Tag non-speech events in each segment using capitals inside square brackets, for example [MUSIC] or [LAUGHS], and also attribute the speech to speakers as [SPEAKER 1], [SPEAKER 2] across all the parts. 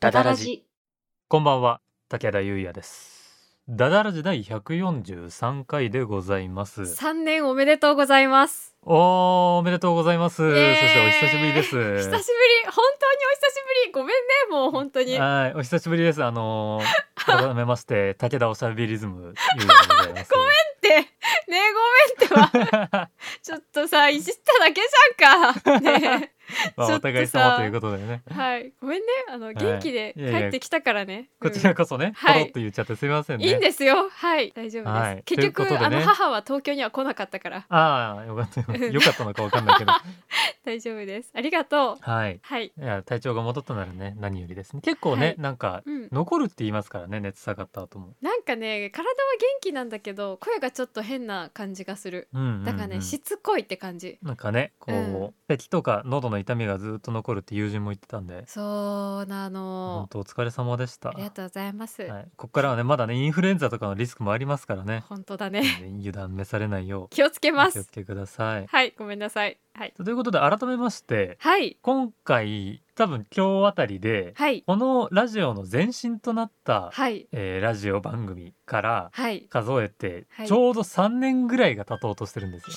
[SPEAKER 1] ダダラジ。
[SPEAKER 2] こんばんは武田優也ですダダラジ第143回でございます
[SPEAKER 1] 三年おめでとうございます。
[SPEAKER 2] おーおめでとうございます、
[SPEAKER 1] イエーイ
[SPEAKER 2] そしてお久しぶり
[SPEAKER 1] 久
[SPEAKER 2] で
[SPEAKER 1] し
[SPEAKER 2] す
[SPEAKER 1] ぶり、本当にお久しぶり。ごめんね、もう本当に。
[SPEAKER 2] はいお久しぶりですあの
[SPEAKER 1] [LAUGHS]
[SPEAKER 2] ー改めまして武田おしゃべりズム優也でございます
[SPEAKER 1] [LAUGHS] って、ねえごめんっては、
[SPEAKER 2] [LAUGHS]
[SPEAKER 1] ちょっとさ、いじっただけじゃんか。ね
[SPEAKER 2] まあ、
[SPEAKER 1] ちょ
[SPEAKER 2] お
[SPEAKER 1] っとさ
[SPEAKER 2] 互い様ということでね
[SPEAKER 1] えはい、ごめんね、あの、元気で
[SPEAKER 2] いやいや
[SPEAKER 1] 帰ってきたからね。
[SPEAKER 2] こち
[SPEAKER 1] う
[SPEAKER 2] ら
[SPEAKER 1] ん
[SPEAKER 2] こそね、
[SPEAKER 1] はい
[SPEAKER 2] ポロッと言っちゃってすみませんね
[SPEAKER 1] いいんですよ。はい、大丈夫です。
[SPEAKER 2] はい
[SPEAKER 1] 結
[SPEAKER 2] という
[SPEAKER 1] 局、
[SPEAKER 2] こと
[SPEAKER 1] あ
[SPEAKER 2] でね
[SPEAKER 1] の母は東京には来なかったから、
[SPEAKER 2] ああよかったよよかったのかわかんないけど
[SPEAKER 1] 大丈夫です。ありがとう。
[SPEAKER 2] はい
[SPEAKER 1] はい。
[SPEAKER 2] いや体調が戻ったならね何よりですね結構ね、
[SPEAKER 1] はい
[SPEAKER 2] なんか
[SPEAKER 1] うん。
[SPEAKER 2] 残るって言いますからね熱下がった後も、
[SPEAKER 1] なんかね、体は元気なんだけど、声がちょっと変な感じがする。
[SPEAKER 2] うんうんうん
[SPEAKER 1] だからね、しつこいって感じ。
[SPEAKER 2] なんかねこう、
[SPEAKER 1] うん
[SPEAKER 2] 咳とか喉の痛みがずっと残るって友人も言ってたんで
[SPEAKER 1] そうな
[SPEAKER 2] 本
[SPEAKER 1] の。
[SPEAKER 2] 当お疲れ様でした
[SPEAKER 1] ありがとうございます。
[SPEAKER 2] はい、ここからはねまだねインフルエンザとかのリスクもありますからね
[SPEAKER 1] 本当だね。 [LAUGHS]
[SPEAKER 2] 全然油断召されないよ
[SPEAKER 1] 気をつけ
[SPEAKER 2] う
[SPEAKER 1] ま
[SPEAKER 2] お気を
[SPEAKER 1] す
[SPEAKER 2] つ。けください
[SPEAKER 1] はい、ごめんなさい。はい。
[SPEAKER 2] ということで改めまして
[SPEAKER 1] はい。
[SPEAKER 2] 今回多分今日あたりで
[SPEAKER 1] はい。
[SPEAKER 2] このラジオの前身となった、
[SPEAKER 1] はい。
[SPEAKER 2] えーラジオ番組から
[SPEAKER 1] はい。
[SPEAKER 2] 数えて
[SPEAKER 1] はい
[SPEAKER 2] ちょうど3年ぐらいが経とうとしてるんですよ。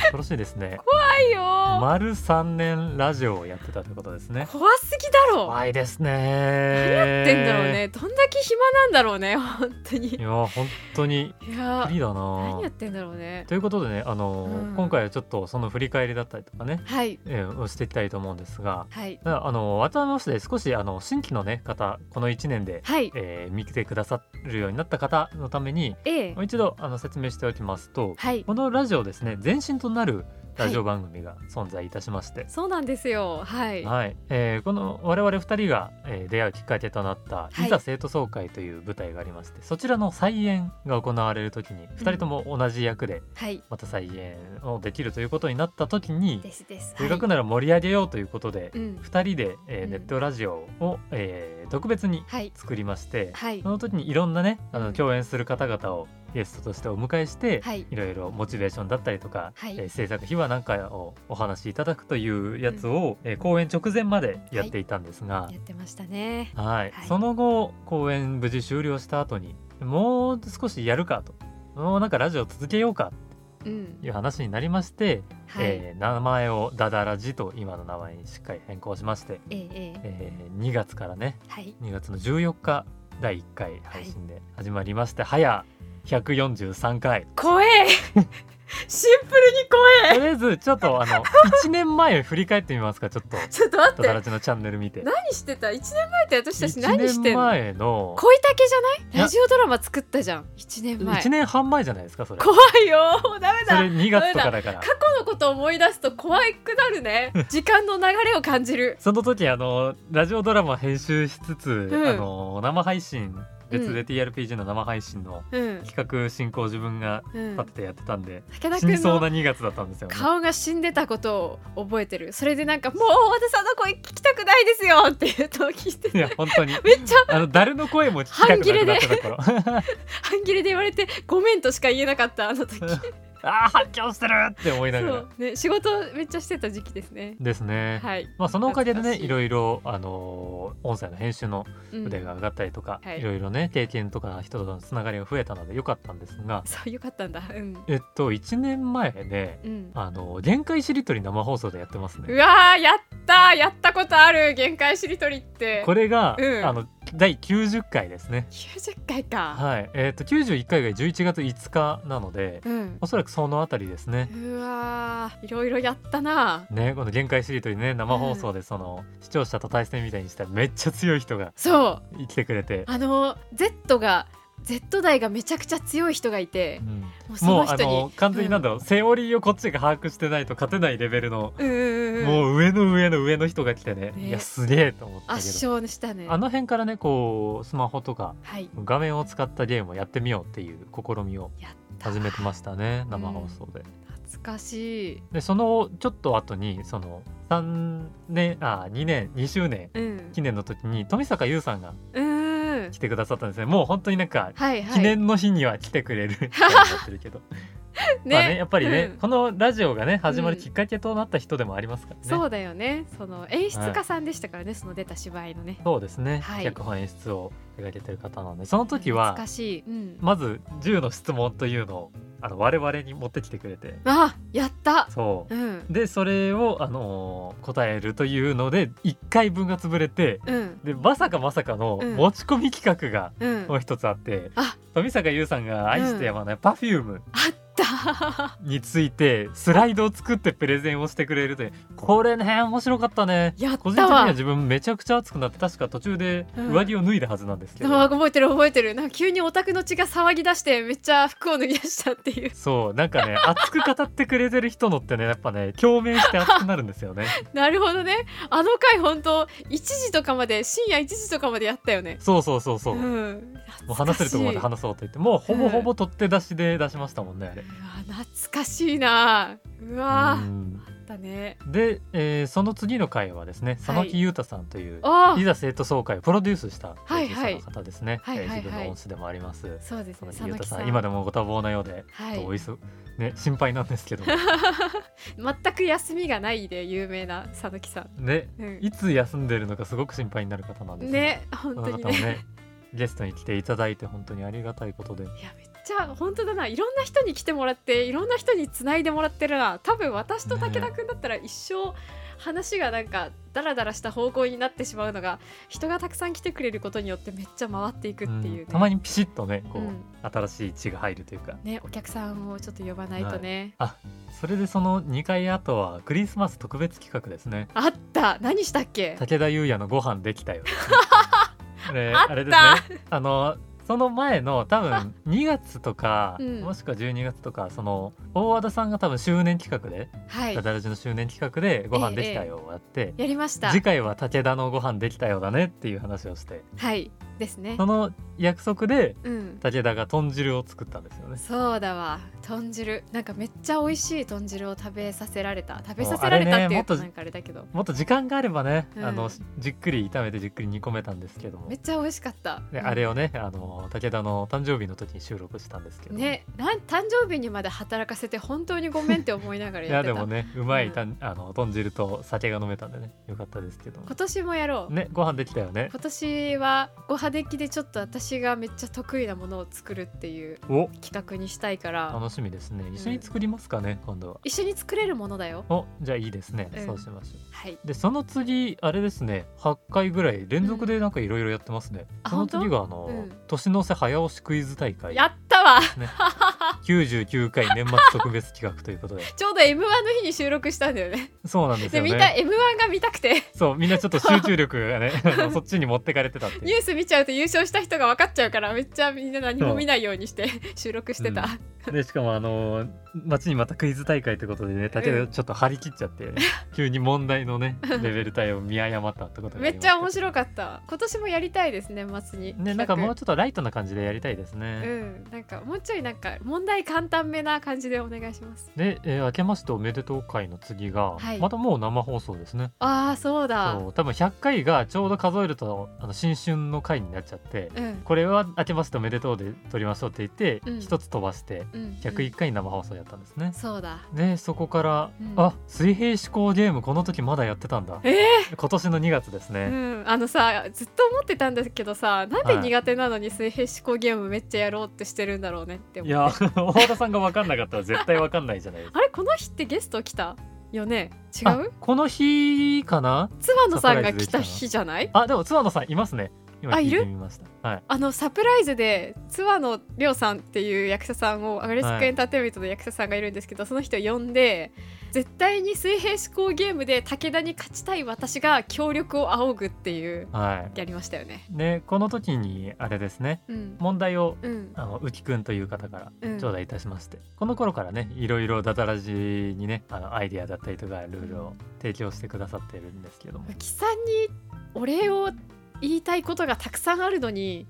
[SPEAKER 2] 恐ろしいですね。
[SPEAKER 1] はいよー、
[SPEAKER 2] 丸3年ラジオをやってたということですね。
[SPEAKER 1] 怖すぎだろ。
[SPEAKER 2] 怖いですね。
[SPEAKER 1] 何
[SPEAKER 2] 何
[SPEAKER 1] やってんだろう。ね。どんだけ暇なんだろうね。本当に。
[SPEAKER 2] い
[SPEAKER 1] い
[SPEAKER 2] や本当に
[SPEAKER 1] やー
[SPEAKER 2] 不利、だな
[SPEAKER 1] 何やっ。てんだろうね。
[SPEAKER 2] ということでねあの、
[SPEAKER 1] うん
[SPEAKER 2] 今回はちょっとその振り返りだったりとかね、
[SPEAKER 1] はい。
[SPEAKER 2] えーをしていきたいと思うんですが
[SPEAKER 1] はい。
[SPEAKER 2] あの改めまして少しあの新規の、ね、方この1年で、
[SPEAKER 1] はい。
[SPEAKER 2] えー見てくださるようになった方のために
[SPEAKER 1] A
[SPEAKER 2] も。う一度あの説明しておきますと、
[SPEAKER 1] はい。
[SPEAKER 2] このラジオですね前身となるラジオ番組が存在いたしまして、
[SPEAKER 1] そうなんですよ。はい。
[SPEAKER 2] はいえーこの我々2人が、えー出会うきっかけとなった
[SPEAKER 1] は
[SPEAKER 2] 「
[SPEAKER 1] い
[SPEAKER 2] いざ生徒総会」という舞台がありましてそちらの再演が行われる時に2人とも同じ役で
[SPEAKER 1] はい。
[SPEAKER 2] また再演をできるということになった時に
[SPEAKER 1] ですです。
[SPEAKER 2] せっかく
[SPEAKER 1] はい
[SPEAKER 2] なら盛り上げようということで、
[SPEAKER 1] うん。
[SPEAKER 2] 2人で、えー
[SPEAKER 1] うん
[SPEAKER 2] ネットラジオを、えー特別に
[SPEAKER 1] はい。
[SPEAKER 2] 作りまして、
[SPEAKER 1] はい
[SPEAKER 2] そ。の時にいろんなねあ
[SPEAKER 1] うん
[SPEAKER 2] の共演する方々をゲストとしてお迎えして、
[SPEAKER 1] はい
[SPEAKER 2] いろいろモチベーションだったりとか、
[SPEAKER 1] はい
[SPEAKER 2] えー制作秘話なんかをお話しいただくというやつを、えー公演直前までやっていたんですが、はい
[SPEAKER 1] やってましたね。はい
[SPEAKER 2] その後公演無事終了した後にもう少しやるかともうなんかラジオ続けようか
[SPEAKER 1] うん
[SPEAKER 2] と。いう話になりまして、
[SPEAKER 1] はい。
[SPEAKER 2] えー名前をダダラジと今の名前にしっかり変更しまして、
[SPEAKER 1] えー、えー
[SPEAKER 2] え2月からね
[SPEAKER 1] はい。
[SPEAKER 2] 2月の14日第1回配信で始まりまして、早143回
[SPEAKER 1] 怖え。シンプルに怖
[SPEAKER 2] と
[SPEAKER 1] え。
[SPEAKER 2] りあえずちょっとあの1年前振り返ってみますかちょ
[SPEAKER 1] [LAUGHS]
[SPEAKER 2] っと
[SPEAKER 1] ちょっと待っ
[SPEAKER 2] ダ
[SPEAKER 1] て
[SPEAKER 2] ダラ。ジのチャンネル見て
[SPEAKER 1] 何してた一年前って私たち
[SPEAKER 2] 1
[SPEAKER 1] 何してん
[SPEAKER 2] 年
[SPEAKER 1] の
[SPEAKER 2] 前の
[SPEAKER 1] 恋竹じゃ
[SPEAKER 2] い
[SPEAKER 1] ない
[SPEAKER 2] や
[SPEAKER 1] ラジオドラマ作ったじゃん一年前
[SPEAKER 2] 1年半前じゃないですかそれ
[SPEAKER 1] 怖いよもうダメ
[SPEAKER 2] そ
[SPEAKER 1] だ
[SPEAKER 2] れ2月とかだから
[SPEAKER 1] 過去のことを思い出すと怖くなるね時間の流れを感じる
[SPEAKER 2] その時あのラジオドラマ編集しつつ、
[SPEAKER 1] うん
[SPEAKER 2] あの生配信別
[SPEAKER 1] う
[SPEAKER 2] で TRPG の生配信の
[SPEAKER 1] うん
[SPEAKER 2] 企画進行を自分が
[SPEAKER 1] うん
[SPEAKER 2] 立ててやってたんで、
[SPEAKER 1] 武田
[SPEAKER 2] 死に
[SPEAKER 1] 君
[SPEAKER 2] そうな
[SPEAKER 1] の
[SPEAKER 2] 2月だったんですよね
[SPEAKER 1] 顔が死んでたことを覚えてるそれでなんかもう私あの声聞きたくないですよって言うと聞いて
[SPEAKER 2] いや本当に
[SPEAKER 1] めっちゃ
[SPEAKER 2] あの誰の声も聞きたくなくなったところ
[SPEAKER 1] 半切れで言われてごめんとしか言えなかったあの時そ
[SPEAKER 2] [LAUGHS] ああ反響してるって思いながら
[SPEAKER 1] うね仕事めっちゃしてた時期ですね
[SPEAKER 2] ですね、
[SPEAKER 1] はい
[SPEAKER 2] まあそのおかげでね
[SPEAKER 1] 懐かしい
[SPEAKER 2] いろいろあのー音声の編集の
[SPEAKER 1] うん
[SPEAKER 2] 腕が上がったりとか、
[SPEAKER 1] はい
[SPEAKER 2] いろいろね経験とか人とのつながりが増えたので良かったんですが
[SPEAKER 1] そうよかったんだうん
[SPEAKER 2] えっと1年前ね
[SPEAKER 1] うん
[SPEAKER 2] あのー限界しりとり生放送でやってます
[SPEAKER 1] う
[SPEAKER 2] ね
[SPEAKER 1] わーやったーやったことある限界しりとりって
[SPEAKER 2] こ
[SPEAKER 1] れ
[SPEAKER 2] れが、
[SPEAKER 1] うん
[SPEAKER 2] あの第90回ですね
[SPEAKER 1] 90回か、
[SPEAKER 2] はいえっと91回が11月5日なので
[SPEAKER 1] うん
[SPEAKER 2] おそらくそのあたりですね
[SPEAKER 1] うわーいろいろやったな
[SPEAKER 2] ね、この限界しりとりね生放送でその、視聴者と対戦みたいにしたらめっちゃ強い人が
[SPEAKER 1] そう
[SPEAKER 2] 来てくれて、
[SPEAKER 1] あの Z が Z 代がめちゃくちゃ強い人がいて
[SPEAKER 2] うん
[SPEAKER 1] もうそ
[SPEAKER 2] もう
[SPEAKER 1] の
[SPEAKER 2] あ
[SPEAKER 1] 人に
[SPEAKER 2] の完全になんだろう、セオリーをこっちが把握してないと勝てないレベルの、
[SPEAKER 1] うんうんうんうん
[SPEAKER 2] もう上の上の上の人が来てね
[SPEAKER 1] ね
[SPEAKER 2] いやすげえと思ったけ
[SPEAKER 1] 圧
[SPEAKER 2] ど
[SPEAKER 1] 勝したね
[SPEAKER 2] あの辺からねこうスマホとか
[SPEAKER 1] はい
[SPEAKER 2] 画面を使ったゲームをやってみようっていう試みを
[SPEAKER 1] やった
[SPEAKER 2] 始めてましたね生放送で。
[SPEAKER 1] 懐かしい
[SPEAKER 2] でそのちょっと後にその3年あ2年2周年
[SPEAKER 1] うん
[SPEAKER 2] 記念の時に富坂優さんが
[SPEAKER 1] うん
[SPEAKER 2] 来てくださったんですねもう本当になんか
[SPEAKER 1] はいはい
[SPEAKER 2] 記念の日には来てくれるって思ってるけど、まあね、やっぱりね、
[SPEAKER 1] うん
[SPEAKER 2] このラジオがね始まるきっかけとなった人でもありますからね、
[SPEAKER 1] そうだよねその演出家さんでしたからね、その出た芝居のね
[SPEAKER 2] そうですね、
[SPEAKER 1] はい
[SPEAKER 2] 脚本演出を手掛けてる方なのでその時は
[SPEAKER 1] 懐かしい、うん、
[SPEAKER 2] まず10の質問というのをあの我々に持ってきてくれて
[SPEAKER 1] あやった
[SPEAKER 2] そう
[SPEAKER 1] うん
[SPEAKER 2] でそれを、あのー答えるというので1回分が潰れて
[SPEAKER 1] うん
[SPEAKER 2] でまさかまさかの
[SPEAKER 1] うん
[SPEAKER 2] 持ち込み企画が
[SPEAKER 1] うん
[SPEAKER 2] もう一つあって、
[SPEAKER 1] あ
[SPEAKER 2] 富坂優さんが愛してやまない Perfume
[SPEAKER 1] あった [LAUGHS]
[SPEAKER 2] についてスライドを作ってプレゼンをしてくれるというこれね面白かったね。
[SPEAKER 1] やった
[SPEAKER 2] 個
[SPEAKER 1] わ
[SPEAKER 2] 人的には自分めちゃくちゃ熱くなって確か途中で
[SPEAKER 1] うん
[SPEAKER 2] 上着を脱いだはずなんですけど、
[SPEAKER 1] あ覚えてる覚えてるなんか急にオタクの血が騒ぎ出してめっちゃ服を脱ぎ出したっていう [LAUGHS]
[SPEAKER 2] そうなんかね熱く語ってくれてる人のってねやっぱね共鳴して熱くなるんです
[SPEAKER 1] [LAUGHS]
[SPEAKER 2] よね
[SPEAKER 1] なるほどねあの回本当1時とかまで深夜1時とかまでやったよね
[SPEAKER 2] そうそうそうそう、も
[SPEAKER 1] ん、
[SPEAKER 2] う話せるところまで話そうと言ってもうほぼほぼ取って出しで出しましたもんねあれ。
[SPEAKER 1] うわ懐かしいなうわ
[SPEAKER 2] うん
[SPEAKER 1] あったね
[SPEAKER 2] で、えーその次の回はですね佐野木裕太さんという、
[SPEAKER 1] あ
[SPEAKER 2] い、ざ生徒総会をプロデュースしたプロ
[SPEAKER 1] は
[SPEAKER 2] デ
[SPEAKER 1] い
[SPEAKER 2] ューサ
[SPEAKER 1] はい
[SPEAKER 2] ーの方ですね、
[SPEAKER 1] はいはいはい
[SPEAKER 2] えー自分の恩師でもあります、
[SPEAKER 1] そうです
[SPEAKER 2] 佐
[SPEAKER 1] ね
[SPEAKER 2] 野木
[SPEAKER 1] 佐
[SPEAKER 2] 裕
[SPEAKER 1] 野
[SPEAKER 2] 太
[SPEAKER 1] 木
[SPEAKER 2] さ
[SPEAKER 1] さ
[SPEAKER 2] ん
[SPEAKER 1] ん
[SPEAKER 2] 今でもご多忙なようで、
[SPEAKER 1] は
[SPEAKER 2] ちょっ
[SPEAKER 1] い
[SPEAKER 2] とおいそね、心配なんです
[SPEAKER 1] [LAUGHS]
[SPEAKER 2] けど
[SPEAKER 1] 全く休みがないで有名な佐野木さん、
[SPEAKER 2] ね
[SPEAKER 1] うん、
[SPEAKER 2] いつ休んでるのかすごく心配になる方なんです
[SPEAKER 1] ね本
[SPEAKER 2] その
[SPEAKER 1] 当に
[SPEAKER 2] 方も
[SPEAKER 1] ね
[SPEAKER 2] ねゲストに来ていただいて本当にありがたいことで
[SPEAKER 1] いやめっちゃ本当だないろんな人に来てもらっていろんな人に繋いでもらってるな多分私と武田くんだったら一生話がなんかダラダラした方向になってしまうのが人がたくさん来てくれることによってめっちゃ回っていくっていうね、
[SPEAKER 2] うんたまにピシッとねこう、
[SPEAKER 1] うん
[SPEAKER 2] 新しい血が入るというか
[SPEAKER 1] ねお客さんをちょっと呼ばないとね、
[SPEAKER 2] それでその2回後はクリスマス特別企画ですね
[SPEAKER 1] あった何したっけ
[SPEAKER 2] 武田優也のご飯できたよこ
[SPEAKER 1] [LAUGHS]
[SPEAKER 2] れ
[SPEAKER 1] あ
[SPEAKER 2] あ
[SPEAKER 1] った
[SPEAKER 2] れですねあのその前の多分2月とか、
[SPEAKER 1] うん
[SPEAKER 2] もしくは12月とかその大和田さんが多分周年企画で
[SPEAKER 1] は
[SPEAKER 2] 「
[SPEAKER 1] い
[SPEAKER 2] ダダラジの周年企画で「ご飯できたよ」をやって、
[SPEAKER 1] やりました
[SPEAKER 2] 次回は武田のご飯できたようだねっていう話をして
[SPEAKER 1] はいですね
[SPEAKER 2] その約束で
[SPEAKER 1] うん
[SPEAKER 2] 武田が豚汁を作ったんですよね。
[SPEAKER 1] そうだわ豚汁なんかめっちゃ美味しい豚汁を食べさせられた食べ
[SPEAKER 2] そう
[SPEAKER 1] させられたってい
[SPEAKER 2] あれねも
[SPEAKER 1] う
[SPEAKER 2] っと
[SPEAKER 1] となんかあれだけど
[SPEAKER 2] もっと時間があればね、
[SPEAKER 1] うん
[SPEAKER 2] あのじっくり炒めてじっくり煮込めたんですけども
[SPEAKER 1] めっちゃ美味しかった
[SPEAKER 2] であれをねあの武田の誕生日の時に収録したんですけども
[SPEAKER 1] ね、なん誕生日にまで働かせて本当にごめんって思いながら
[SPEAKER 2] い
[SPEAKER 1] やって
[SPEAKER 2] や
[SPEAKER 1] た
[SPEAKER 2] でもねうまいたん、あの豚汁と酒が飲めたんでねよかったですけども
[SPEAKER 1] 今年もやろう、
[SPEAKER 2] ねご飯できたよね
[SPEAKER 1] 今年はご派手きでちょっと私がめっちゃ得意なものを作るっていう
[SPEAKER 2] お
[SPEAKER 1] 企画にしたいから
[SPEAKER 2] 楽しみですね一緒に作りますかね、今度は
[SPEAKER 1] 一緒に作れるものだよ
[SPEAKER 2] おじゃあいいですね、
[SPEAKER 1] うん
[SPEAKER 2] そうしましょう
[SPEAKER 1] はい
[SPEAKER 2] でその次あれですね8回ぐらい連続でなんかいろいろやってますね、
[SPEAKER 1] あ
[SPEAKER 2] その次があの、
[SPEAKER 1] うん
[SPEAKER 2] 年の瀬早押しクイズ大会
[SPEAKER 1] やったわ
[SPEAKER 2] 99回年末特別企画ということで
[SPEAKER 1] ちょうど M1 の日に収録したんだよね
[SPEAKER 2] そうなんです
[SPEAKER 1] で
[SPEAKER 2] よ
[SPEAKER 1] 見た
[SPEAKER 2] ね
[SPEAKER 1] M1 が見たくて
[SPEAKER 2] そうみんなちょっと集中
[SPEAKER 1] [LAUGHS]
[SPEAKER 2] 力がねあのそっちに持ってかれてたって
[SPEAKER 1] ニ
[SPEAKER 2] いう
[SPEAKER 1] ュース見ちゃうと優勝した人が分かっちゃうからめっちゃみんな何も見ないようにして [LAUGHS] 収録してた、
[SPEAKER 2] うでしかもあの街にまたクイズ大会ということでね武
[SPEAKER 1] う
[SPEAKER 2] 田
[SPEAKER 1] ん
[SPEAKER 2] ちょっと張り切っちゃって、
[SPEAKER 1] [LAUGHS]
[SPEAKER 2] 急に問題のねレベル帯を見誤ったってことが
[SPEAKER 1] めっちゃ面
[SPEAKER 2] い
[SPEAKER 1] 白かった今年もやりたいですね年末に
[SPEAKER 2] ねなんかもうちょっとライトな感じでやりたいですね、
[SPEAKER 1] うん、なんかもうちょいなんか問題簡単めな感じでお願いします。
[SPEAKER 2] で、えー明けましておめでとう会の次が、
[SPEAKER 1] はい
[SPEAKER 2] またもう生放送ですね。
[SPEAKER 1] ああ、そうだ。
[SPEAKER 2] そう多分100回がちょうど数えるとあの新春の回になっちゃって、
[SPEAKER 1] うん、
[SPEAKER 2] これは明けましておめでとうで撮りましょうって言って
[SPEAKER 1] うん
[SPEAKER 2] 一、つ飛ばして
[SPEAKER 1] うん、
[SPEAKER 2] 101回生放送やったんですね。
[SPEAKER 1] そうだ。
[SPEAKER 2] でそこから、
[SPEAKER 1] うん
[SPEAKER 2] あ水平思考ゲームこの時まだやってたんだ
[SPEAKER 1] えー
[SPEAKER 2] 今年の2月です
[SPEAKER 1] う
[SPEAKER 2] ね、
[SPEAKER 1] ん、あのさずっと思ってたんですけどさなんで
[SPEAKER 2] はい
[SPEAKER 1] 苦手なのに水平思考ゲームめっちゃやろうってしてるんだろうねって思
[SPEAKER 2] い
[SPEAKER 1] って
[SPEAKER 2] や [LAUGHS] 大和田さんが分かんなかったら絶対分かんないじゃないですか
[SPEAKER 1] あれこの日ってゲスト来たよね違
[SPEAKER 2] あ
[SPEAKER 1] う
[SPEAKER 2] この日かな
[SPEAKER 1] 妻野さん
[SPEAKER 2] サプライ
[SPEAKER 1] が
[SPEAKER 2] ズで
[SPEAKER 1] 来
[SPEAKER 2] 来た
[SPEAKER 1] た
[SPEAKER 2] の
[SPEAKER 1] 日じゃない
[SPEAKER 2] あでも妻野さんいますね今
[SPEAKER 1] あ
[SPEAKER 2] 聞
[SPEAKER 1] い
[SPEAKER 2] い
[SPEAKER 1] る
[SPEAKER 2] てみましたはい
[SPEAKER 1] あのサプライズで妻野亮さんっていう役者さんをアグレスックエンターテインメントの役者さんがいるんですけど、その人を呼んで絶対に水平思考ゲームで武田に勝ちたい私が協力を仰ぐっていう
[SPEAKER 2] はい
[SPEAKER 1] やりましたよね。
[SPEAKER 2] でこの時にあれですね
[SPEAKER 1] うん、
[SPEAKER 2] 問題を
[SPEAKER 1] うん、
[SPEAKER 2] あの浮きくんという方から
[SPEAKER 1] うん
[SPEAKER 2] 頂戴いたしまして、この頃からねいろいろダダラジにねあのアイディアだったりとかルールを提供してくださってるんですけども、
[SPEAKER 1] 浮木さんにお礼を言いたいことがたくさんあるのに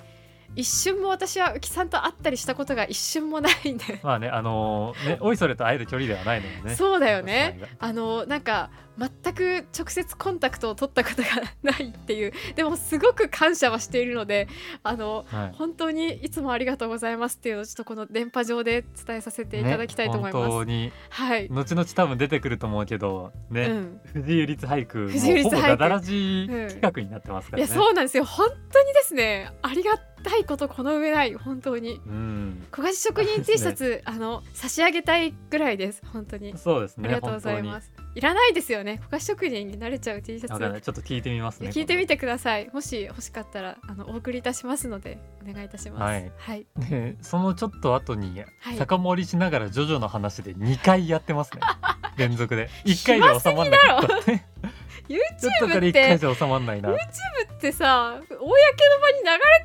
[SPEAKER 1] 一瞬も私は浮木さんと会ったりしたことが一瞬もないんで、
[SPEAKER 2] まあねあのー
[SPEAKER 1] [LAUGHS]
[SPEAKER 2] ねおいそれと会える距離ではないのでね
[SPEAKER 1] そうだ
[SPEAKER 2] だ
[SPEAKER 1] よねあのなんか全く直接コンタクトを取ったことがないっていうでもすごく感謝はしているのであの
[SPEAKER 2] はい
[SPEAKER 1] 本当にいつもありがとうございますっていうのをちょっとこの電波上で伝えさせていただきたいと思います。
[SPEAKER 2] ね本当に
[SPEAKER 1] はい、
[SPEAKER 2] 後々多分出てくると思うけどね、
[SPEAKER 1] うん
[SPEAKER 2] 藤井律俳句
[SPEAKER 1] 藤井律俳句
[SPEAKER 2] もうほぼダダラジ企画になってますか
[SPEAKER 1] い
[SPEAKER 2] ら
[SPEAKER 1] や
[SPEAKER 2] ね、
[SPEAKER 1] そうなんですよ本当にですねありがたいことこの上ない本当に
[SPEAKER 2] うん
[SPEAKER 1] 小菓子職人 T シャツ、あの差し上げたいぐらいです本当に、
[SPEAKER 2] そうです
[SPEAKER 1] あ
[SPEAKER 2] ね
[SPEAKER 1] りがとうございますいらないですよね小菓子職人になれちゃう T シャツ
[SPEAKER 2] 本当にわかんないちょっと聞いてみますね
[SPEAKER 1] 聞いてみてください。もし欲しかったらあのお送りいたしますのでお願いいたします。は
[SPEAKER 2] はいい。でそのちょっと後に
[SPEAKER 1] はい
[SPEAKER 2] 酒盛りしながらジョジョの話で2回やってます
[SPEAKER 1] [LAUGHS]
[SPEAKER 2] ね連続で1回で収まんなかったってちょっとこ
[SPEAKER 1] YouTube
[SPEAKER 2] れ
[SPEAKER 1] っ
[SPEAKER 2] 1回
[SPEAKER 1] て
[SPEAKER 2] じゃ収まんないな
[SPEAKER 1] YouTube ってさ公の場に流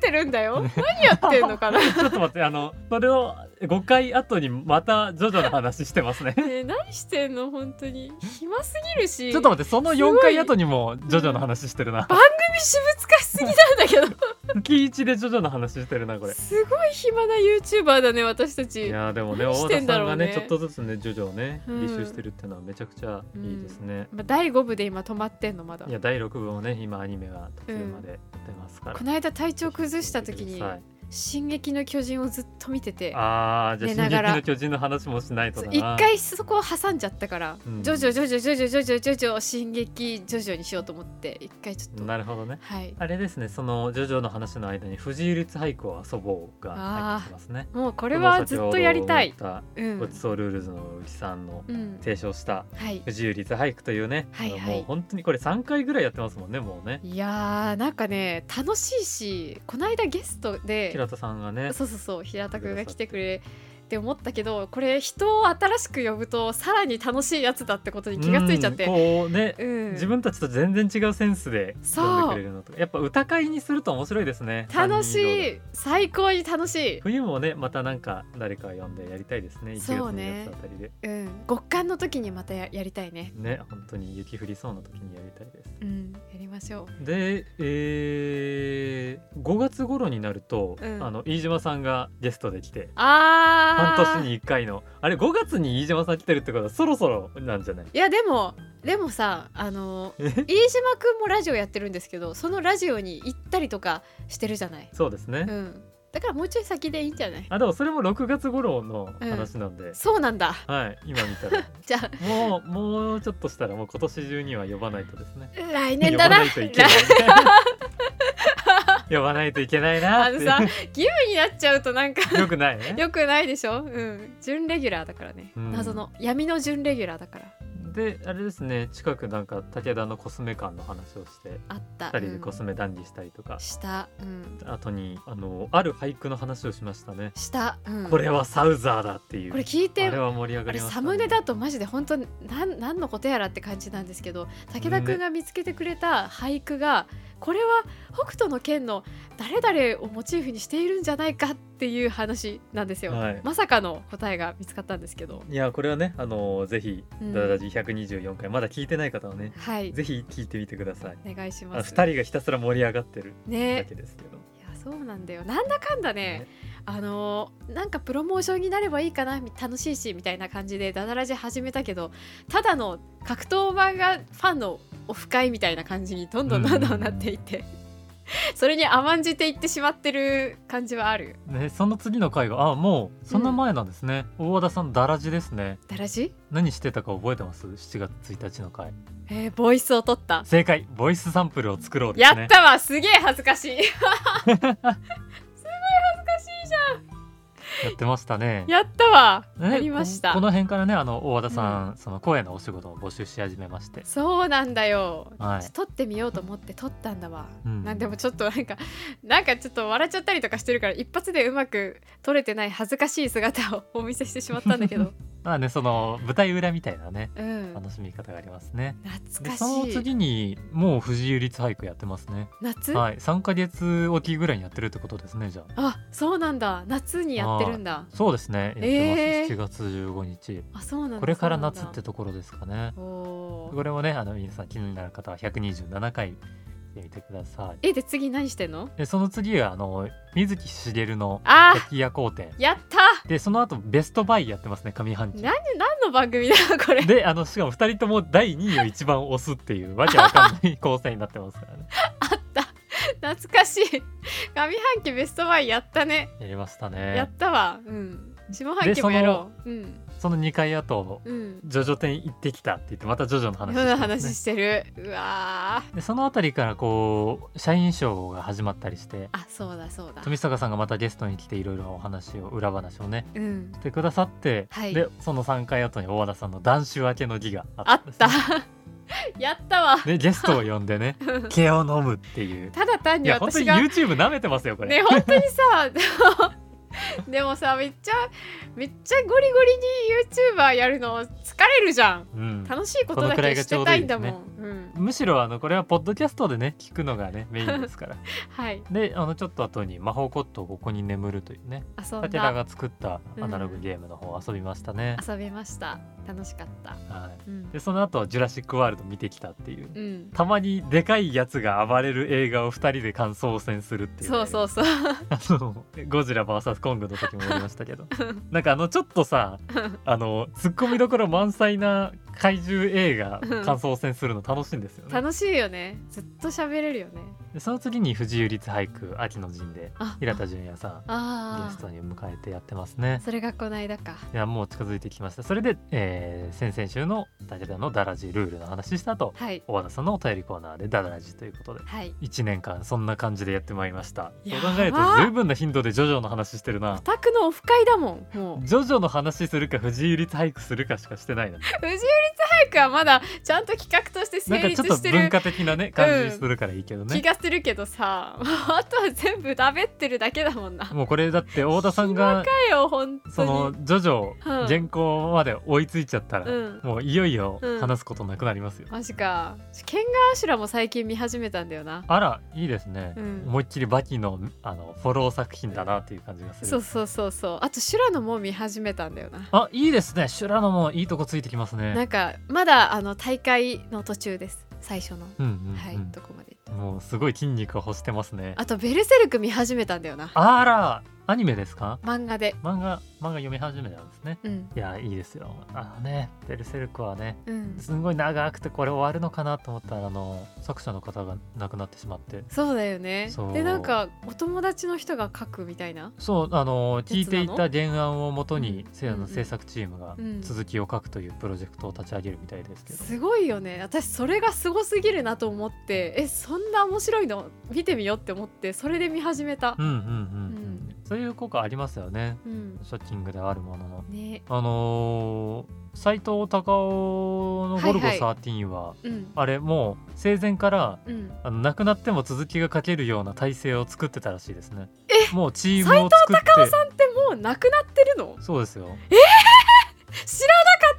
[SPEAKER 1] れてるんだ
[SPEAKER 2] [LAUGHS]
[SPEAKER 1] よ。何やってんのかな。
[SPEAKER 2] ちょっと待ってあのそれを5回後にまたジョジョの話してます
[SPEAKER 1] [LAUGHS]
[SPEAKER 2] ね
[SPEAKER 1] ねえ何してんの本当に暇すぎるし。
[SPEAKER 2] ちょっと
[SPEAKER 1] 番
[SPEAKER 2] 待ってその4回後にもジョジョの話してるな
[SPEAKER 1] 組私物化しすぎなんだけど。
[SPEAKER 2] 月1でジョジョの話してるな [LAUGHS] これ
[SPEAKER 1] すごい暇な YouTuber だね私た
[SPEAKER 2] い
[SPEAKER 1] ち。
[SPEAKER 2] やーでもね
[SPEAKER 1] 何
[SPEAKER 2] 大
[SPEAKER 1] し
[SPEAKER 2] 田
[SPEAKER 1] て
[SPEAKER 2] さ
[SPEAKER 1] んだ
[SPEAKER 2] ん
[SPEAKER 1] ろ
[SPEAKER 2] が
[SPEAKER 1] うね
[SPEAKER 2] ねちょっとずつね徐々ね
[SPEAKER 1] うん
[SPEAKER 2] 履修してるっていうのはめちゃくちゃいいですね、
[SPEAKER 1] まあ第5部で今止まってんのまだ
[SPEAKER 2] い。や第6部もね今アニメが途中までやってますから、
[SPEAKER 1] この間体調崩した時に
[SPEAKER 2] はい
[SPEAKER 1] 「進撃の巨人」をずっと見てて。
[SPEAKER 2] あーじゃあ「
[SPEAKER 1] 寝
[SPEAKER 2] 進
[SPEAKER 1] ながら
[SPEAKER 2] 撃の巨人」の話もしないと
[SPEAKER 1] そう
[SPEAKER 2] だ
[SPEAKER 1] 一
[SPEAKER 2] な
[SPEAKER 1] 回そこを挟んじゃったから
[SPEAKER 2] う
[SPEAKER 1] 「
[SPEAKER 2] ん
[SPEAKER 1] ジョジョジョジョジョジョジョジョジョジョ進撃ジョジョ」にしようと思って一回ちょっと
[SPEAKER 2] なるほどね
[SPEAKER 1] はい
[SPEAKER 2] あれですねその「ジョジョ」の話の間に「藤井律俳句を遊ぼう」が入ってきますね
[SPEAKER 1] もうこれはずっとやりたい
[SPEAKER 2] この先
[SPEAKER 1] う
[SPEAKER 2] ほど言ったご
[SPEAKER 1] ん
[SPEAKER 2] ち、そうルールズの浮さんの
[SPEAKER 1] うん、
[SPEAKER 2] 提唱した
[SPEAKER 1] はい
[SPEAKER 2] 藤井律俳句というね、
[SPEAKER 1] はいはい
[SPEAKER 2] あのもう本当にこれ3回ぐらいやってますもんねもうね
[SPEAKER 1] いやーなんかね楽しいしこの間ゲストで
[SPEAKER 2] 平田さんがね
[SPEAKER 1] そうそうそう平田君が来てくれって思ったけどこれ人を新しく呼ぶとさらに楽しいやつだってことに気がついちゃっ
[SPEAKER 2] うん
[SPEAKER 1] て
[SPEAKER 2] こうね、
[SPEAKER 1] うん
[SPEAKER 2] 自分たちと全然違うセンスで
[SPEAKER 1] そう
[SPEAKER 2] 読んでくれるのとかやっぱ歌会にすると面白いですね
[SPEAKER 1] 楽
[SPEAKER 2] 三人以上
[SPEAKER 1] し
[SPEAKER 2] で
[SPEAKER 1] い最高に楽し
[SPEAKER 2] 冬もねまたなんか誰か呼んでやりたいですね1月
[SPEAKER 1] そう
[SPEAKER 2] 2
[SPEAKER 1] ね
[SPEAKER 2] 月あたりで
[SPEAKER 1] い、うん、極寒の時にまたややりたいね
[SPEAKER 2] ね本当に雪降りそうな時にやりたいです
[SPEAKER 1] うんやりましょう
[SPEAKER 2] で、えー、5月頃になると、
[SPEAKER 1] うん
[SPEAKER 2] あの飯島さんがゲストで来て
[SPEAKER 1] あー
[SPEAKER 2] 半年に1回のあれ5月に飯島さん来てるってことはそろそろなんじゃない
[SPEAKER 1] いやでもでもさあの
[SPEAKER 2] え
[SPEAKER 1] 飯島くんもラジオやってるんですけどそのラジオに行ったりとかしてるじゃない、
[SPEAKER 2] そうですね、
[SPEAKER 1] うん、だからもうちょい先でいいんじゃない
[SPEAKER 2] あでもそれも6月頃の話なんで、
[SPEAKER 1] そうなんだ
[SPEAKER 2] はい今見たら
[SPEAKER 1] じゃあ
[SPEAKER 2] もうもうちょっとしたらもう今年中には呼ばないとですね。
[SPEAKER 1] 来年だな
[SPEAKER 2] 呼ばないといけない
[SPEAKER 1] 来。
[SPEAKER 2] 呼ばないといけない
[SPEAKER 1] [LAUGHS]
[SPEAKER 2] な
[SPEAKER 1] あ [LAUGHS]
[SPEAKER 2] っ
[SPEAKER 1] の
[SPEAKER 2] て。 [LAUGHS]
[SPEAKER 1] さ義務になっちゃうとなんか
[SPEAKER 2] よくないね。
[SPEAKER 1] よくないでしょうん準レギュラーだからね、
[SPEAKER 2] うん
[SPEAKER 1] 謎の闇の準レギュラーだから
[SPEAKER 2] であれですね近くなんか武田のコスメ館の話をして
[SPEAKER 1] あった
[SPEAKER 2] 二人でコス
[SPEAKER 1] メ、
[SPEAKER 2] メ談義したりとか
[SPEAKER 1] うん、、したうん
[SPEAKER 2] 後にあのある俳句の話をしましたね。
[SPEAKER 1] した、うん、
[SPEAKER 2] これはサウザーだっていう。
[SPEAKER 1] これ聞いて
[SPEAKER 2] あれは盛り上
[SPEAKER 1] あ
[SPEAKER 2] が
[SPEAKER 1] れ
[SPEAKER 2] りました、
[SPEAKER 1] サムネだとマジで本当なん何のことやらって感じなんですけど武田くんが見つけてくれた俳句がこれは北斗の剣の誰々をモチーフにしているんじゃないかっていう話なんですよ、
[SPEAKER 2] はい
[SPEAKER 1] まさかの答えが見つかったんですけど
[SPEAKER 2] いやこれはねあのぜひ
[SPEAKER 1] うん
[SPEAKER 2] ダダラジ124回まだ聞いてない方はね、
[SPEAKER 1] はい
[SPEAKER 2] ぜひ聞いてみてください。
[SPEAKER 1] お願いし
[SPEAKER 2] あの
[SPEAKER 1] ます
[SPEAKER 2] 二人がひたすら盛り上がってるだ
[SPEAKER 1] ね
[SPEAKER 2] けですけど。
[SPEAKER 1] いやそうなんだよなんだかんだねあのーなんかプロモーションになればいいかなみ楽しいしみたいな感じでダダラジ始めたけどただの格闘漫画ファンのオフ会みたいな感じにどんどんどんどんなっていって、 [LAUGHS] それに甘んじていってしまってる感じはある
[SPEAKER 2] ね、その次の回があもうそんな前なんですね、大和田さんだらじですね
[SPEAKER 1] ダラジ
[SPEAKER 2] 何してたか覚えてます7月1日の回
[SPEAKER 1] えーボイスを取った、
[SPEAKER 2] 正解ボイスサンプルを作ろうで
[SPEAKER 1] やっ
[SPEAKER 2] すね
[SPEAKER 1] たわすげえ恥ずかしいすごい恥ずかしいじ
[SPEAKER 2] やってましたね
[SPEAKER 1] ゃんやったわ
[SPEAKER 2] ね
[SPEAKER 1] やりました
[SPEAKER 2] ここの辺からねあの大和田さん、その声のお仕事を募集し始めまして
[SPEAKER 1] そうなんだよ、
[SPEAKER 2] はい
[SPEAKER 1] 撮ってみようと思って撮ったんだわ、
[SPEAKER 2] うん
[SPEAKER 1] なんでもちょっとなんかなんかちょっと笑っちゃったりとかしてるから一発でうまく撮れてない恥ずかしい姿をお見せしてしまったんだけ
[SPEAKER 2] [LAUGHS]
[SPEAKER 1] ど
[SPEAKER 2] まあねその舞台裏みたいなね
[SPEAKER 1] うん
[SPEAKER 2] 楽しみ方がありますねで
[SPEAKER 1] 懐か
[SPEAKER 2] その
[SPEAKER 1] しい
[SPEAKER 2] 次にもう藤井律俳句やってますね
[SPEAKER 1] 夏、
[SPEAKER 2] はい3ヶ月おきぐらいにやってるってことですねじゃあ
[SPEAKER 1] あそうなんだ夏にやってるんだ
[SPEAKER 2] そうですねやってます、
[SPEAKER 1] えー
[SPEAKER 2] 7月15日
[SPEAKER 1] あそうなんだ
[SPEAKER 2] これから夏って
[SPEAKER 1] そう
[SPEAKER 2] ところですかね
[SPEAKER 1] なんだおー
[SPEAKER 2] これもねあの皆さん気になる方は127回てみてください
[SPEAKER 1] えで次何してんの
[SPEAKER 2] でその次はあの水木しげるの
[SPEAKER 1] あ
[SPEAKER 2] 焼き屋工店
[SPEAKER 1] ーやった
[SPEAKER 2] でその後ベストバイやってますね上半期
[SPEAKER 1] 何何の番組だこれ
[SPEAKER 2] であのしかも2人とも第2位を一番押すっていうわけわかんない構成になってますからね
[SPEAKER 1] あった懐かしい上半期ベストバイやったね
[SPEAKER 2] やりました
[SPEAKER 1] や
[SPEAKER 2] ね
[SPEAKER 1] ったわうん下半期もやろううん
[SPEAKER 2] その2回後
[SPEAKER 1] うん
[SPEAKER 2] ジョジョ展行ってきたって言ってまたジョジョの
[SPEAKER 1] 世
[SPEAKER 2] 話して
[SPEAKER 1] の
[SPEAKER 2] ますね
[SPEAKER 1] 話してるうわー
[SPEAKER 2] でそのあたりからこう社員賞が始まったりして
[SPEAKER 1] あそうだそうだ
[SPEAKER 2] 富坂さんがまたゲストに来ていろいろお話を裏話をね
[SPEAKER 1] うん
[SPEAKER 2] してくださって、
[SPEAKER 1] はい
[SPEAKER 2] でその3回後に大和田さんの談酒明けの儀があ
[SPEAKER 1] あ
[SPEAKER 2] っ
[SPEAKER 1] った
[SPEAKER 2] んです
[SPEAKER 1] た [LAUGHS]
[SPEAKER 2] ね
[SPEAKER 1] やったわ
[SPEAKER 2] でゲストを呼ん
[SPEAKER 1] [LAUGHS]
[SPEAKER 2] でね毛を飲むっていう
[SPEAKER 1] ただ単
[SPEAKER 2] い
[SPEAKER 1] に
[SPEAKER 2] や本当
[SPEAKER 1] 私
[SPEAKER 2] に
[SPEAKER 1] が
[SPEAKER 2] YouTube 舐めてますよこれ、
[SPEAKER 1] ね本当にさでも [LAUGHS] でもさめっちゃめっちゃゴリゴリに YouTuber やるの疲れるじゃん
[SPEAKER 2] うん、
[SPEAKER 1] 楽しいことだけしてたいんだもん
[SPEAKER 2] こ
[SPEAKER 1] うん
[SPEAKER 2] むしろあのこれはポッドキャストでね聞くのがねメインですから
[SPEAKER 1] [LAUGHS] はい
[SPEAKER 2] であのちょっと後に「魔法コットーここに眠る」というね
[SPEAKER 1] 遊ん
[SPEAKER 2] 武田
[SPEAKER 1] だ
[SPEAKER 2] が作ったアナログゲームの方を遊びましたね、
[SPEAKER 1] 遊びました楽しかった
[SPEAKER 2] はい
[SPEAKER 1] うん
[SPEAKER 2] でその後ジュラシック・ワールド」見てきたっていう
[SPEAKER 1] うん
[SPEAKER 2] たまにでかいやつが暴れる映画を2人で感想戦するっていうね、
[SPEAKER 1] そうそうそう
[SPEAKER 2] あのゴジラ VS コングの時もやりましたけどなんかあのちょっとさあのツッコミどころ満載な怪獣映画
[SPEAKER 1] うん
[SPEAKER 2] 感想戦するの楽しいんですよね
[SPEAKER 1] 楽しいよねずっと喋れるよね
[SPEAKER 2] でその次に藤井律俳句秋の陣で
[SPEAKER 1] あ
[SPEAKER 2] 平田純也さんゲ
[SPEAKER 1] あ
[SPEAKER 2] ス
[SPEAKER 1] あ
[SPEAKER 2] トに迎えてやってますね
[SPEAKER 1] それがこの間か
[SPEAKER 2] いやもう近づいてきましたそれで、えー先々週の武田のダラジルールの話した後
[SPEAKER 1] はい
[SPEAKER 2] 大和田さんのお便りコーナーでダラジということで
[SPEAKER 1] はい
[SPEAKER 2] 1年間そんな感じでやってまいりましたそ
[SPEAKER 1] や
[SPEAKER 2] う
[SPEAKER 1] ば
[SPEAKER 2] 考えると随分な頻度でジョジョの話してるな
[SPEAKER 1] オタクのオフ会だもんもう
[SPEAKER 2] ジョジョの話するか藤井律俳句するかしかしてない
[SPEAKER 1] [LAUGHS]
[SPEAKER 2] な
[SPEAKER 1] 藤井律俳句はまだちゃんと企画として
[SPEAKER 2] なん
[SPEAKER 1] 成立
[SPEAKER 2] かちょっと
[SPEAKER 1] してる
[SPEAKER 2] 文化的なね感じするからいいけど
[SPEAKER 1] 気
[SPEAKER 2] ね、
[SPEAKER 1] がするけどさ、 [LAUGHS] あとは全部だべってるだけだもんな。
[SPEAKER 2] もうこれだって太田さんが
[SPEAKER 1] だよ本当に。
[SPEAKER 2] そのジョジ
[SPEAKER 1] う
[SPEAKER 2] ョ
[SPEAKER 1] ん
[SPEAKER 2] 原稿まで追いついちゃったら、
[SPEAKER 1] うん。
[SPEAKER 2] もういよいよ話すことなくなりますよ、
[SPEAKER 1] マジか。ケンガーシュラも最近見始めたんだよな。
[SPEAKER 2] あらいいですね、
[SPEAKER 1] うん
[SPEAKER 2] 思いっきりバキのあのフォロー作品だなっていう感じがす
[SPEAKER 1] そう
[SPEAKER 2] る
[SPEAKER 1] そうそうそう。あとシュラのも見始めたんだよな。
[SPEAKER 2] あいいですね修羅のもいいとこついてきます
[SPEAKER 1] な
[SPEAKER 2] ね
[SPEAKER 1] んかまだあの大会の途中です。最初の。
[SPEAKER 2] うんうんうん、
[SPEAKER 1] はい。どこまで行った。
[SPEAKER 2] もうすごい筋肉を欲してますね
[SPEAKER 1] あとベルセルク見始めたんだよな。
[SPEAKER 2] あらアニメですか
[SPEAKER 1] 漫画で。
[SPEAKER 2] 漫画漫画読み始めたんですね
[SPEAKER 1] うん
[SPEAKER 2] いやいいですよあのねベルセルクはね
[SPEAKER 1] うん。
[SPEAKER 2] すごい長くてこれ終わるのかなと思ったらあの作者の方が亡くなってしまって
[SPEAKER 1] そうだよね
[SPEAKER 2] そう。
[SPEAKER 1] でなんかお友達の人が書くみたいな。
[SPEAKER 2] そうあの聞いていた原案をもとに
[SPEAKER 1] うん
[SPEAKER 2] せ
[SPEAKER 1] う
[SPEAKER 2] あ
[SPEAKER 1] んう
[SPEAKER 2] の
[SPEAKER 1] ん
[SPEAKER 2] 制作チームが
[SPEAKER 1] うん
[SPEAKER 2] 続きを書くというプロジェクトを立ち上げるみたいですけど、
[SPEAKER 1] すごいよね私それがすごすぎるなと思ってえそんな面白いの見てみようって思ってそれで見始めた
[SPEAKER 2] う、ん、うんうん
[SPEAKER 1] うん
[SPEAKER 2] そういう効果ありますよね
[SPEAKER 1] うん
[SPEAKER 2] ショッキングではあるものの
[SPEAKER 1] ね
[SPEAKER 2] あのー、斎藤隆夫の「ゴルゴ
[SPEAKER 1] はいは
[SPEAKER 2] 13」は、
[SPEAKER 1] うん
[SPEAKER 2] あれもう生前から
[SPEAKER 1] うん
[SPEAKER 2] あの亡くなっても続きが書けるような体制を作ってたらしいですねもうチームを作って
[SPEAKER 1] 高尾さんってもうなくなってるの
[SPEAKER 2] そうですよ
[SPEAKER 1] 知らなか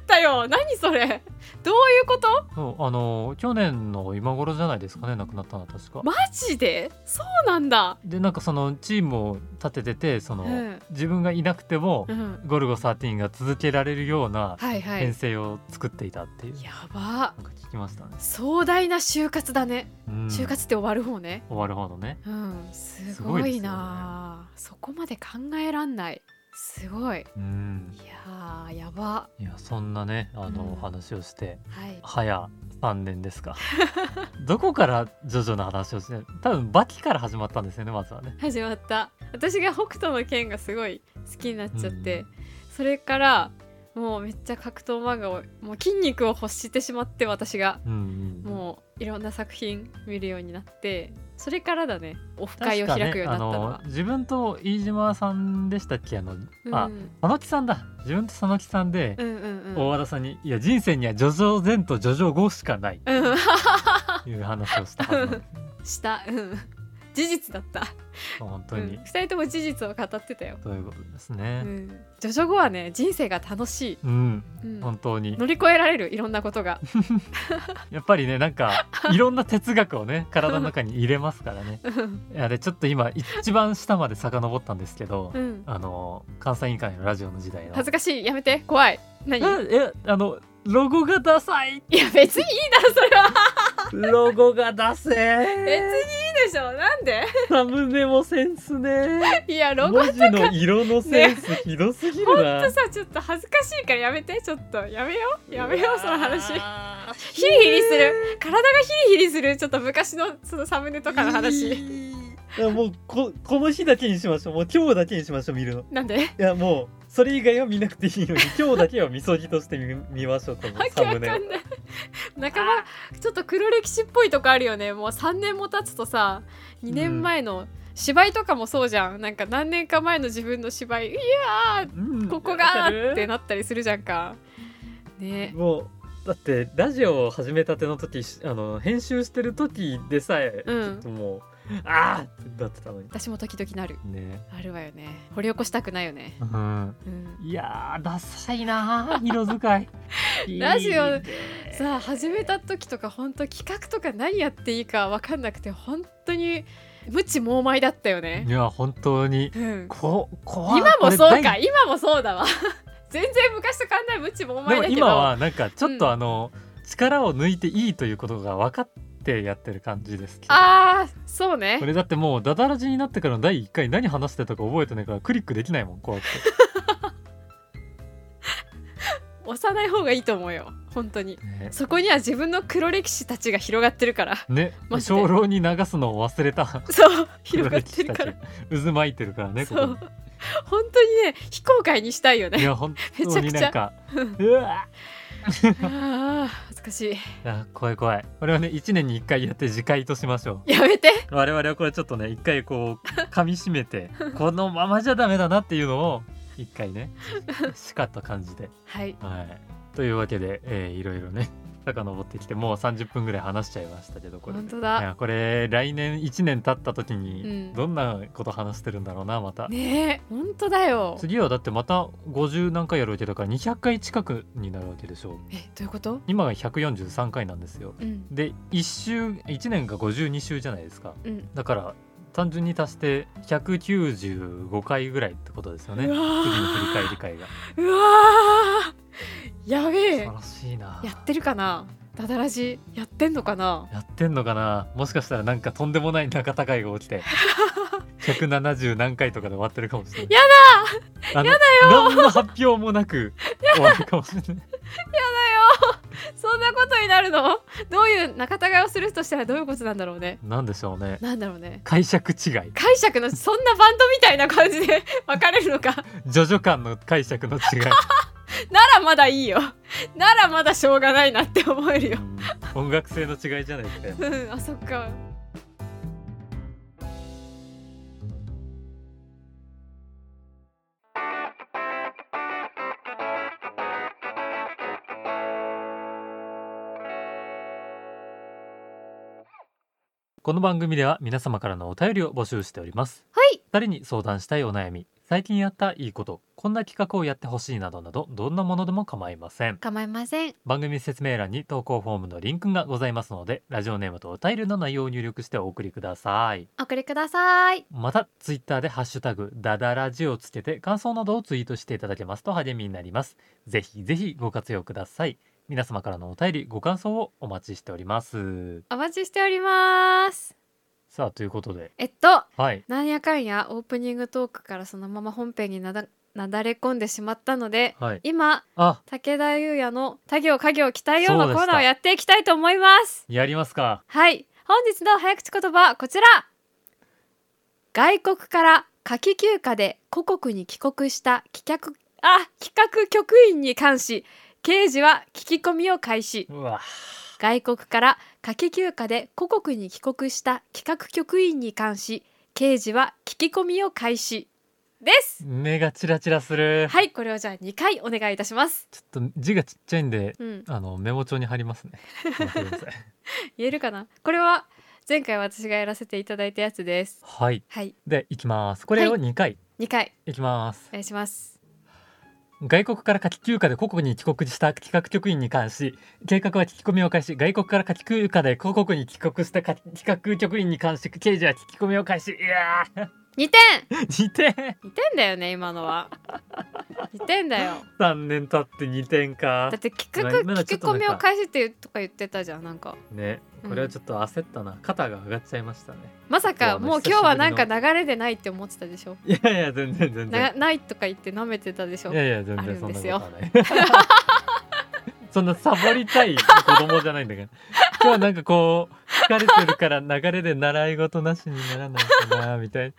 [SPEAKER 1] ったよ何それどういうこと
[SPEAKER 2] そうあの去年の今頃じゃないですかね亡くなったのは確か、
[SPEAKER 1] マジでそうなんだ
[SPEAKER 2] でなんかそのチームを立てててその、
[SPEAKER 1] うん
[SPEAKER 2] 自分がいなくても
[SPEAKER 1] う、ん
[SPEAKER 2] ゴルゴ13が続けられるような
[SPEAKER 1] はいはい
[SPEAKER 2] 編成を作っていたっていう、
[SPEAKER 1] やば
[SPEAKER 2] なんか聞きましたね、
[SPEAKER 1] 壮大な就活だね
[SPEAKER 2] うん
[SPEAKER 1] 就活って終わる方ね
[SPEAKER 2] 終わるほどね
[SPEAKER 1] うんす
[SPEAKER 2] す
[SPEAKER 1] ご
[SPEAKER 2] ごいですよね
[SPEAKER 1] いなそこまで考えらんないすごいい
[SPEAKER 2] うん
[SPEAKER 1] やーやば
[SPEAKER 2] いやそんなねあの、
[SPEAKER 1] うん
[SPEAKER 2] お話をして
[SPEAKER 1] はい
[SPEAKER 2] 早3年ですか [LAUGHS] どこからジョジョの話をして多分バキから始まったんですよねまずはね
[SPEAKER 1] 始まった私が北斗の剣がすごい好きになっちゃって、
[SPEAKER 2] うん
[SPEAKER 1] それからもうめっちゃ格闘漫画をもう筋肉を欲してしまって私が
[SPEAKER 2] うんうん
[SPEAKER 1] もういろんな作品見るようになってそれからだねオフ会
[SPEAKER 2] 確
[SPEAKER 1] を
[SPEAKER 2] か
[SPEAKER 1] 開
[SPEAKER 2] ね
[SPEAKER 1] くようにな
[SPEAKER 2] あ
[SPEAKER 1] ったの
[SPEAKER 2] の
[SPEAKER 1] は、
[SPEAKER 2] 自分と飯島さんでしたっけあの、
[SPEAKER 1] うん、
[SPEAKER 2] あ佐野木さんだ自分と佐野木さんで、
[SPEAKER 1] うんうんうん
[SPEAKER 2] 大和田さんに「いや人生には叙々前と叙々後しかない」
[SPEAKER 1] うん
[SPEAKER 2] という話をしたはずなんですよね
[SPEAKER 1] したうん事実だった [LAUGHS]
[SPEAKER 2] 本当
[SPEAKER 1] 二、う
[SPEAKER 2] に、
[SPEAKER 1] ん、二人とも事実を語ってたよ、
[SPEAKER 2] ということです
[SPEAKER 1] う
[SPEAKER 2] ね
[SPEAKER 1] ん、ジョジョ後はね人生が楽しい、
[SPEAKER 2] うん、
[SPEAKER 1] うん、
[SPEAKER 2] 本当に
[SPEAKER 1] 乗り越えられるいろんなことが [LAUGHS]
[SPEAKER 2] やっぱりねなんかいろんな哲学をね体の中に入れますからね
[SPEAKER 1] うん
[SPEAKER 2] いやでちょっと今一番下まで遡ったんですけど、
[SPEAKER 1] うん
[SPEAKER 2] あの関西委員会のラジオの時代の
[SPEAKER 1] 恥ずかしいやめて怖い何
[SPEAKER 2] うんえあのロゴがダサい
[SPEAKER 1] いや別にいいだろそれは
[SPEAKER 2] ロゴが出せ
[SPEAKER 1] 別にいいでしょなんで [LAUGHS]
[SPEAKER 2] サムネもセンスね
[SPEAKER 1] いやロゴ
[SPEAKER 2] 文字の色のセンスひどすぎる
[SPEAKER 1] ほん
[SPEAKER 2] な、
[SPEAKER 1] とさちょっと恥ずかしいからやめてちょっとやめようやめようその話ヒリヒリする体がヒリヒリするちょっと昔のそのサムネとかの話
[SPEAKER 2] いやもうここの日だけにしましょうもう今日だけにしましょう見るのい
[SPEAKER 1] なんで
[SPEAKER 2] やもうそれ以外は見なくていいのに今日だけはみそぎとして見見ましょうと
[SPEAKER 1] [LAUGHS]
[SPEAKER 2] 思
[SPEAKER 1] わ
[SPEAKER 2] う
[SPEAKER 1] け
[SPEAKER 2] サ
[SPEAKER 1] わか
[SPEAKER 2] ム
[SPEAKER 1] んな
[SPEAKER 2] ネ
[SPEAKER 1] い仲間ちょっと黒歴史っぽいとこあるよねもう3年も経つとさ2年前の芝居とかもそうじゃんなんか何年か前の自分の芝居いや
[SPEAKER 2] うん
[SPEAKER 1] ーここが
[SPEAKER 2] わかる
[SPEAKER 1] ーってなったりするじゃんかね
[SPEAKER 2] もうだってラジオを始めたての時しあの編集してる時でさえ、
[SPEAKER 1] うん
[SPEAKER 2] ちょっともうああってなってたのに
[SPEAKER 1] 私も時々なる
[SPEAKER 2] ね、
[SPEAKER 1] あるわよね掘り起こしたくないよね、
[SPEAKER 2] うん、
[SPEAKER 1] うん、
[SPEAKER 2] いやーダサいなー色使い
[SPEAKER 1] [LAUGHS] ラジオ
[SPEAKER 2] いいね
[SPEAKER 1] さあ始めた時とか本当企画とか何やっていいか分かんなくて本当に無知猛米だったよね
[SPEAKER 2] い、や本当に
[SPEAKER 1] うん、
[SPEAKER 2] こ怖い
[SPEAKER 1] 今も
[SPEAKER 2] こ
[SPEAKER 1] そう
[SPEAKER 2] れ
[SPEAKER 1] か
[SPEAKER 2] 第
[SPEAKER 1] 今もそうだわ [LAUGHS] 全然昔と変わんない無知猛
[SPEAKER 2] で
[SPEAKER 1] 米だけ
[SPEAKER 2] も
[SPEAKER 1] ど
[SPEAKER 2] 今はなんかちょっとあの、力を抜いていいということが分かってやってる感じですけど
[SPEAKER 1] ああそうね
[SPEAKER 2] これだってもうダダラジになってからの第1回何話してたか覚えてないからクリックできないもん怖くて
[SPEAKER 1] 押さない方がいいと思うよ本当に
[SPEAKER 2] ね
[SPEAKER 1] そこには自分の黒歴史たちが広がってるから
[SPEAKER 2] ね
[SPEAKER 1] マジで
[SPEAKER 2] 長老に流すのを忘れた
[SPEAKER 1] そう広がってるから
[SPEAKER 2] 黒歴史たち渦巻いてるからねこ
[SPEAKER 1] そ
[SPEAKER 2] こ
[SPEAKER 1] う本当にね非公開にしたいよ
[SPEAKER 2] にい
[SPEAKER 1] ね
[SPEAKER 2] や本
[SPEAKER 1] めち
[SPEAKER 2] 当
[SPEAKER 1] ゃく
[SPEAKER 2] に
[SPEAKER 1] ちゃ
[SPEAKER 2] なんかうわ
[SPEAKER 1] ああ恥ずかし
[SPEAKER 2] あ怖い怖いこれはね1年に1回やって次回としましょ
[SPEAKER 1] いやめて
[SPEAKER 2] う我々はこれちょっとね1回こう噛み締め
[SPEAKER 1] [LAUGHS]
[SPEAKER 2] てこのままじゃダメだなっていうのを1回ねしかと感じて
[SPEAKER 1] はい
[SPEAKER 2] はいというわけで、えーいろいろね遡ってきてもう30分ぐらい話しちゃいましたけどこれ
[SPEAKER 1] 本当
[SPEAKER 2] い
[SPEAKER 1] だ
[SPEAKER 2] やこれ来年1年経った時
[SPEAKER 1] うん
[SPEAKER 2] にどんなこと話してるんだろうなまた、
[SPEAKER 1] ねえ本当だよ
[SPEAKER 2] 次はだってまた50何回やるわけだから200回近くになるわけでしょう
[SPEAKER 1] えどういうこと
[SPEAKER 2] 今が143回なんですよ
[SPEAKER 1] うん
[SPEAKER 2] で1週1年が52週じゃないですか
[SPEAKER 1] うん
[SPEAKER 2] だから単純に足して195回ぐらいってことですよね
[SPEAKER 1] う
[SPEAKER 2] 次
[SPEAKER 1] わ
[SPEAKER 2] の
[SPEAKER 1] ー
[SPEAKER 2] 振り返り会が
[SPEAKER 1] うわーやべ
[SPEAKER 2] 素晴
[SPEAKER 1] え
[SPEAKER 2] らしいな
[SPEAKER 1] やってるかなダダラジやってんのかな
[SPEAKER 2] やってんのかなもしかしたらなんかとんでもない仲高いが [LAUGHS] 起きて170何回とかで終わってるかもしれない
[SPEAKER 1] や
[SPEAKER 2] だやだよ何の発表もなく終わるかもしれ [LAUGHS] ない
[SPEAKER 1] [LAUGHS] そんなことになるのどういう仲違いをするとしたらどういうことなんだろうね
[SPEAKER 2] なんでしょうね
[SPEAKER 1] なんだろうね
[SPEAKER 2] 解釈違
[SPEAKER 1] 解
[SPEAKER 2] い
[SPEAKER 1] 釈のそんなバンドみたいな感じで [LAUGHS] 分かれるのか
[SPEAKER 2] ジョジョ感の解釈 [LAUGHS] の違い、
[SPEAKER 1] ならまだいいよならまだしょうがないなって思える
[SPEAKER 2] う
[SPEAKER 1] よ
[SPEAKER 2] ん音楽性の違いじゃないですか
[SPEAKER 1] うんあそっか
[SPEAKER 2] この番組では皆様からのお便りを募集しております
[SPEAKER 1] はい
[SPEAKER 2] 二人に相談したいお悩み最近やったいいことこんな企画をやってほしいなどなどどんなものでも構いません
[SPEAKER 1] 構いません
[SPEAKER 2] 番組説明欄に投稿フォームのリンクがございますのでラジオネームとお便りの内容を入力してお送りください
[SPEAKER 1] お送りください
[SPEAKER 2] またツイッターでハッシュタグダダラジをつけて感想などをツイートしていただけますと励みになりますぜひぜひご活用ください皆様からのお便りご感想をお待ちしております
[SPEAKER 1] お待ちしております
[SPEAKER 2] さあということで
[SPEAKER 1] えっと
[SPEAKER 2] はい
[SPEAKER 1] なんやかんやオープニングトークからそのまま本編になだなだれ込んでしまったので
[SPEAKER 2] はい
[SPEAKER 1] 今
[SPEAKER 2] あ
[SPEAKER 1] 武田優也の「他行家業鍛えよう」
[SPEAKER 2] そう
[SPEAKER 1] の
[SPEAKER 2] で
[SPEAKER 1] コ
[SPEAKER 2] し
[SPEAKER 1] ー
[SPEAKER 2] た
[SPEAKER 1] ナーをやっていきたいと思います
[SPEAKER 2] やりますか
[SPEAKER 1] はい本日の早口言葉はこちら外国から夏季休暇で故国に帰国した企画あ企画局員に関し刑事は聞き込みを開始
[SPEAKER 2] うわ
[SPEAKER 1] 外国から夏季休暇で故国に帰国した企画局員に関し刑事は聞き込みを開始です
[SPEAKER 2] 目がチラチラする、
[SPEAKER 1] はいこれをじゃあ2回お願いいたします
[SPEAKER 2] ちょっと字がちっちゃいんで
[SPEAKER 1] うん
[SPEAKER 2] あのメモ帳に貼ります
[SPEAKER 1] [LAUGHS]
[SPEAKER 2] ね待ってください
[SPEAKER 1] 言えるかなこれは前回私がやらせていただいたやつです
[SPEAKER 2] はい
[SPEAKER 1] はい
[SPEAKER 2] でいきますこれを
[SPEAKER 1] はい
[SPEAKER 2] 2回
[SPEAKER 1] 2回
[SPEAKER 2] いきます
[SPEAKER 1] お、願いします
[SPEAKER 2] 外国から夏季休暇で故国に帰国した企画局員に関し計画は聞き込みを開始外国から夏季休暇で故国に帰国したか企画局員に関し刑事は聞き込みを開始いや
[SPEAKER 1] 2点
[SPEAKER 2] ー似て
[SPEAKER 1] 2点だよね今のは似てんだよ
[SPEAKER 2] 3年経って2点か
[SPEAKER 1] だって聞く
[SPEAKER 2] [LAUGHS] まあ今のはち
[SPEAKER 1] 聞
[SPEAKER 2] ょ
[SPEAKER 1] き
[SPEAKER 2] っとな
[SPEAKER 1] 込
[SPEAKER 2] んか
[SPEAKER 1] みを返してとか言ってたじゃんなんか
[SPEAKER 2] ねこれはちょっと焦ったな、肩が上がっちゃいましたね
[SPEAKER 1] まさかもう今日はなんか流れでないって思ってたでしょ
[SPEAKER 2] いやいや全然全
[SPEAKER 1] な
[SPEAKER 2] 然
[SPEAKER 1] ないとか言って舐めてたでしょ
[SPEAKER 2] いやいや全
[SPEAKER 1] ある
[SPEAKER 2] 然
[SPEAKER 1] ん
[SPEAKER 2] そんな
[SPEAKER 1] です
[SPEAKER 2] こ
[SPEAKER 1] よ
[SPEAKER 2] とはない [LAUGHS] そんなサボりたい子供じゃないんだから今日はなんかこう疲れてるから流れで習い事なしにならないかなみたい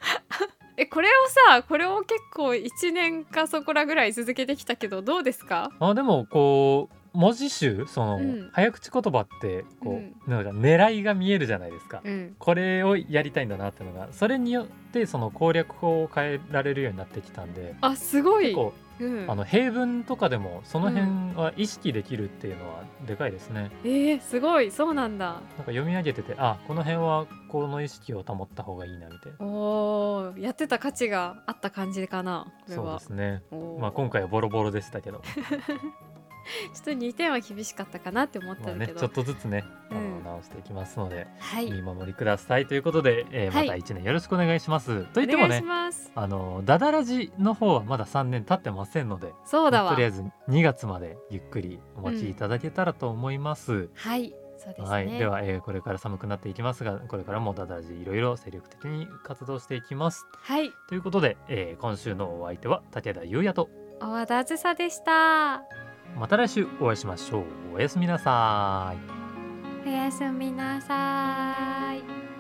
[SPEAKER 1] えこれをさこれを結構1年かそこらぐらい続けてきたけどどうですか
[SPEAKER 2] なあでもこう文字集その、
[SPEAKER 1] うん
[SPEAKER 2] 早口言葉ってこ
[SPEAKER 1] う
[SPEAKER 2] う、
[SPEAKER 1] ん
[SPEAKER 2] なんか狙いが見えるじゃないですか、
[SPEAKER 1] うん
[SPEAKER 2] これをやりたいんだなってのがそれによってその攻略法を変えられるようになってきたんで
[SPEAKER 1] あすごい
[SPEAKER 2] 結構
[SPEAKER 1] うん
[SPEAKER 2] あの平文とかでもその
[SPEAKER 1] う
[SPEAKER 2] 辺は意識できるっていうのはでかいですね、
[SPEAKER 1] えー、すごいそうなんだ
[SPEAKER 2] なんか読み上げててあこの辺はこの意識を保った方がいいなみたいな
[SPEAKER 1] おーやってた価値があった感じかなこれ
[SPEAKER 2] そう
[SPEAKER 1] は
[SPEAKER 2] ですね
[SPEAKER 1] おー
[SPEAKER 2] まあ今回はボロボロでし
[SPEAKER 1] [LAUGHS]
[SPEAKER 2] たけど
[SPEAKER 1] ちょっと2点は厳しかったかなって思った
[SPEAKER 2] まあ
[SPEAKER 1] んだけ
[SPEAKER 2] ねち
[SPEAKER 1] ど、
[SPEAKER 2] ょっとずつねあの、
[SPEAKER 1] うん
[SPEAKER 2] 直していきますので
[SPEAKER 1] はい
[SPEAKER 2] 見守りくださいということで、えー
[SPEAKER 1] は
[SPEAKER 2] ま
[SPEAKER 1] い
[SPEAKER 2] た1年よろしくお願いします、といって
[SPEAKER 1] お
[SPEAKER 2] も
[SPEAKER 1] 願いし
[SPEAKER 2] ね
[SPEAKER 1] ます
[SPEAKER 2] あのダダラジの方はまだ3年経ってませんので
[SPEAKER 1] そうだ
[SPEAKER 2] と
[SPEAKER 1] わ
[SPEAKER 2] りあえず2月までゆっくりお待ちいただけたらと思います。
[SPEAKER 1] はいそうですね、
[SPEAKER 2] はい、では、えーこれから寒くなっていきますがこれからもダダラジいろいろ精力的に活動していきます
[SPEAKER 1] はい
[SPEAKER 2] ということで、えー今週のお相手は武田優也と
[SPEAKER 1] 大和田あずさでした
[SPEAKER 2] また来週お会いしましょうおやすみなさ
[SPEAKER 1] お
[SPEAKER 2] い
[SPEAKER 1] やすみなさーい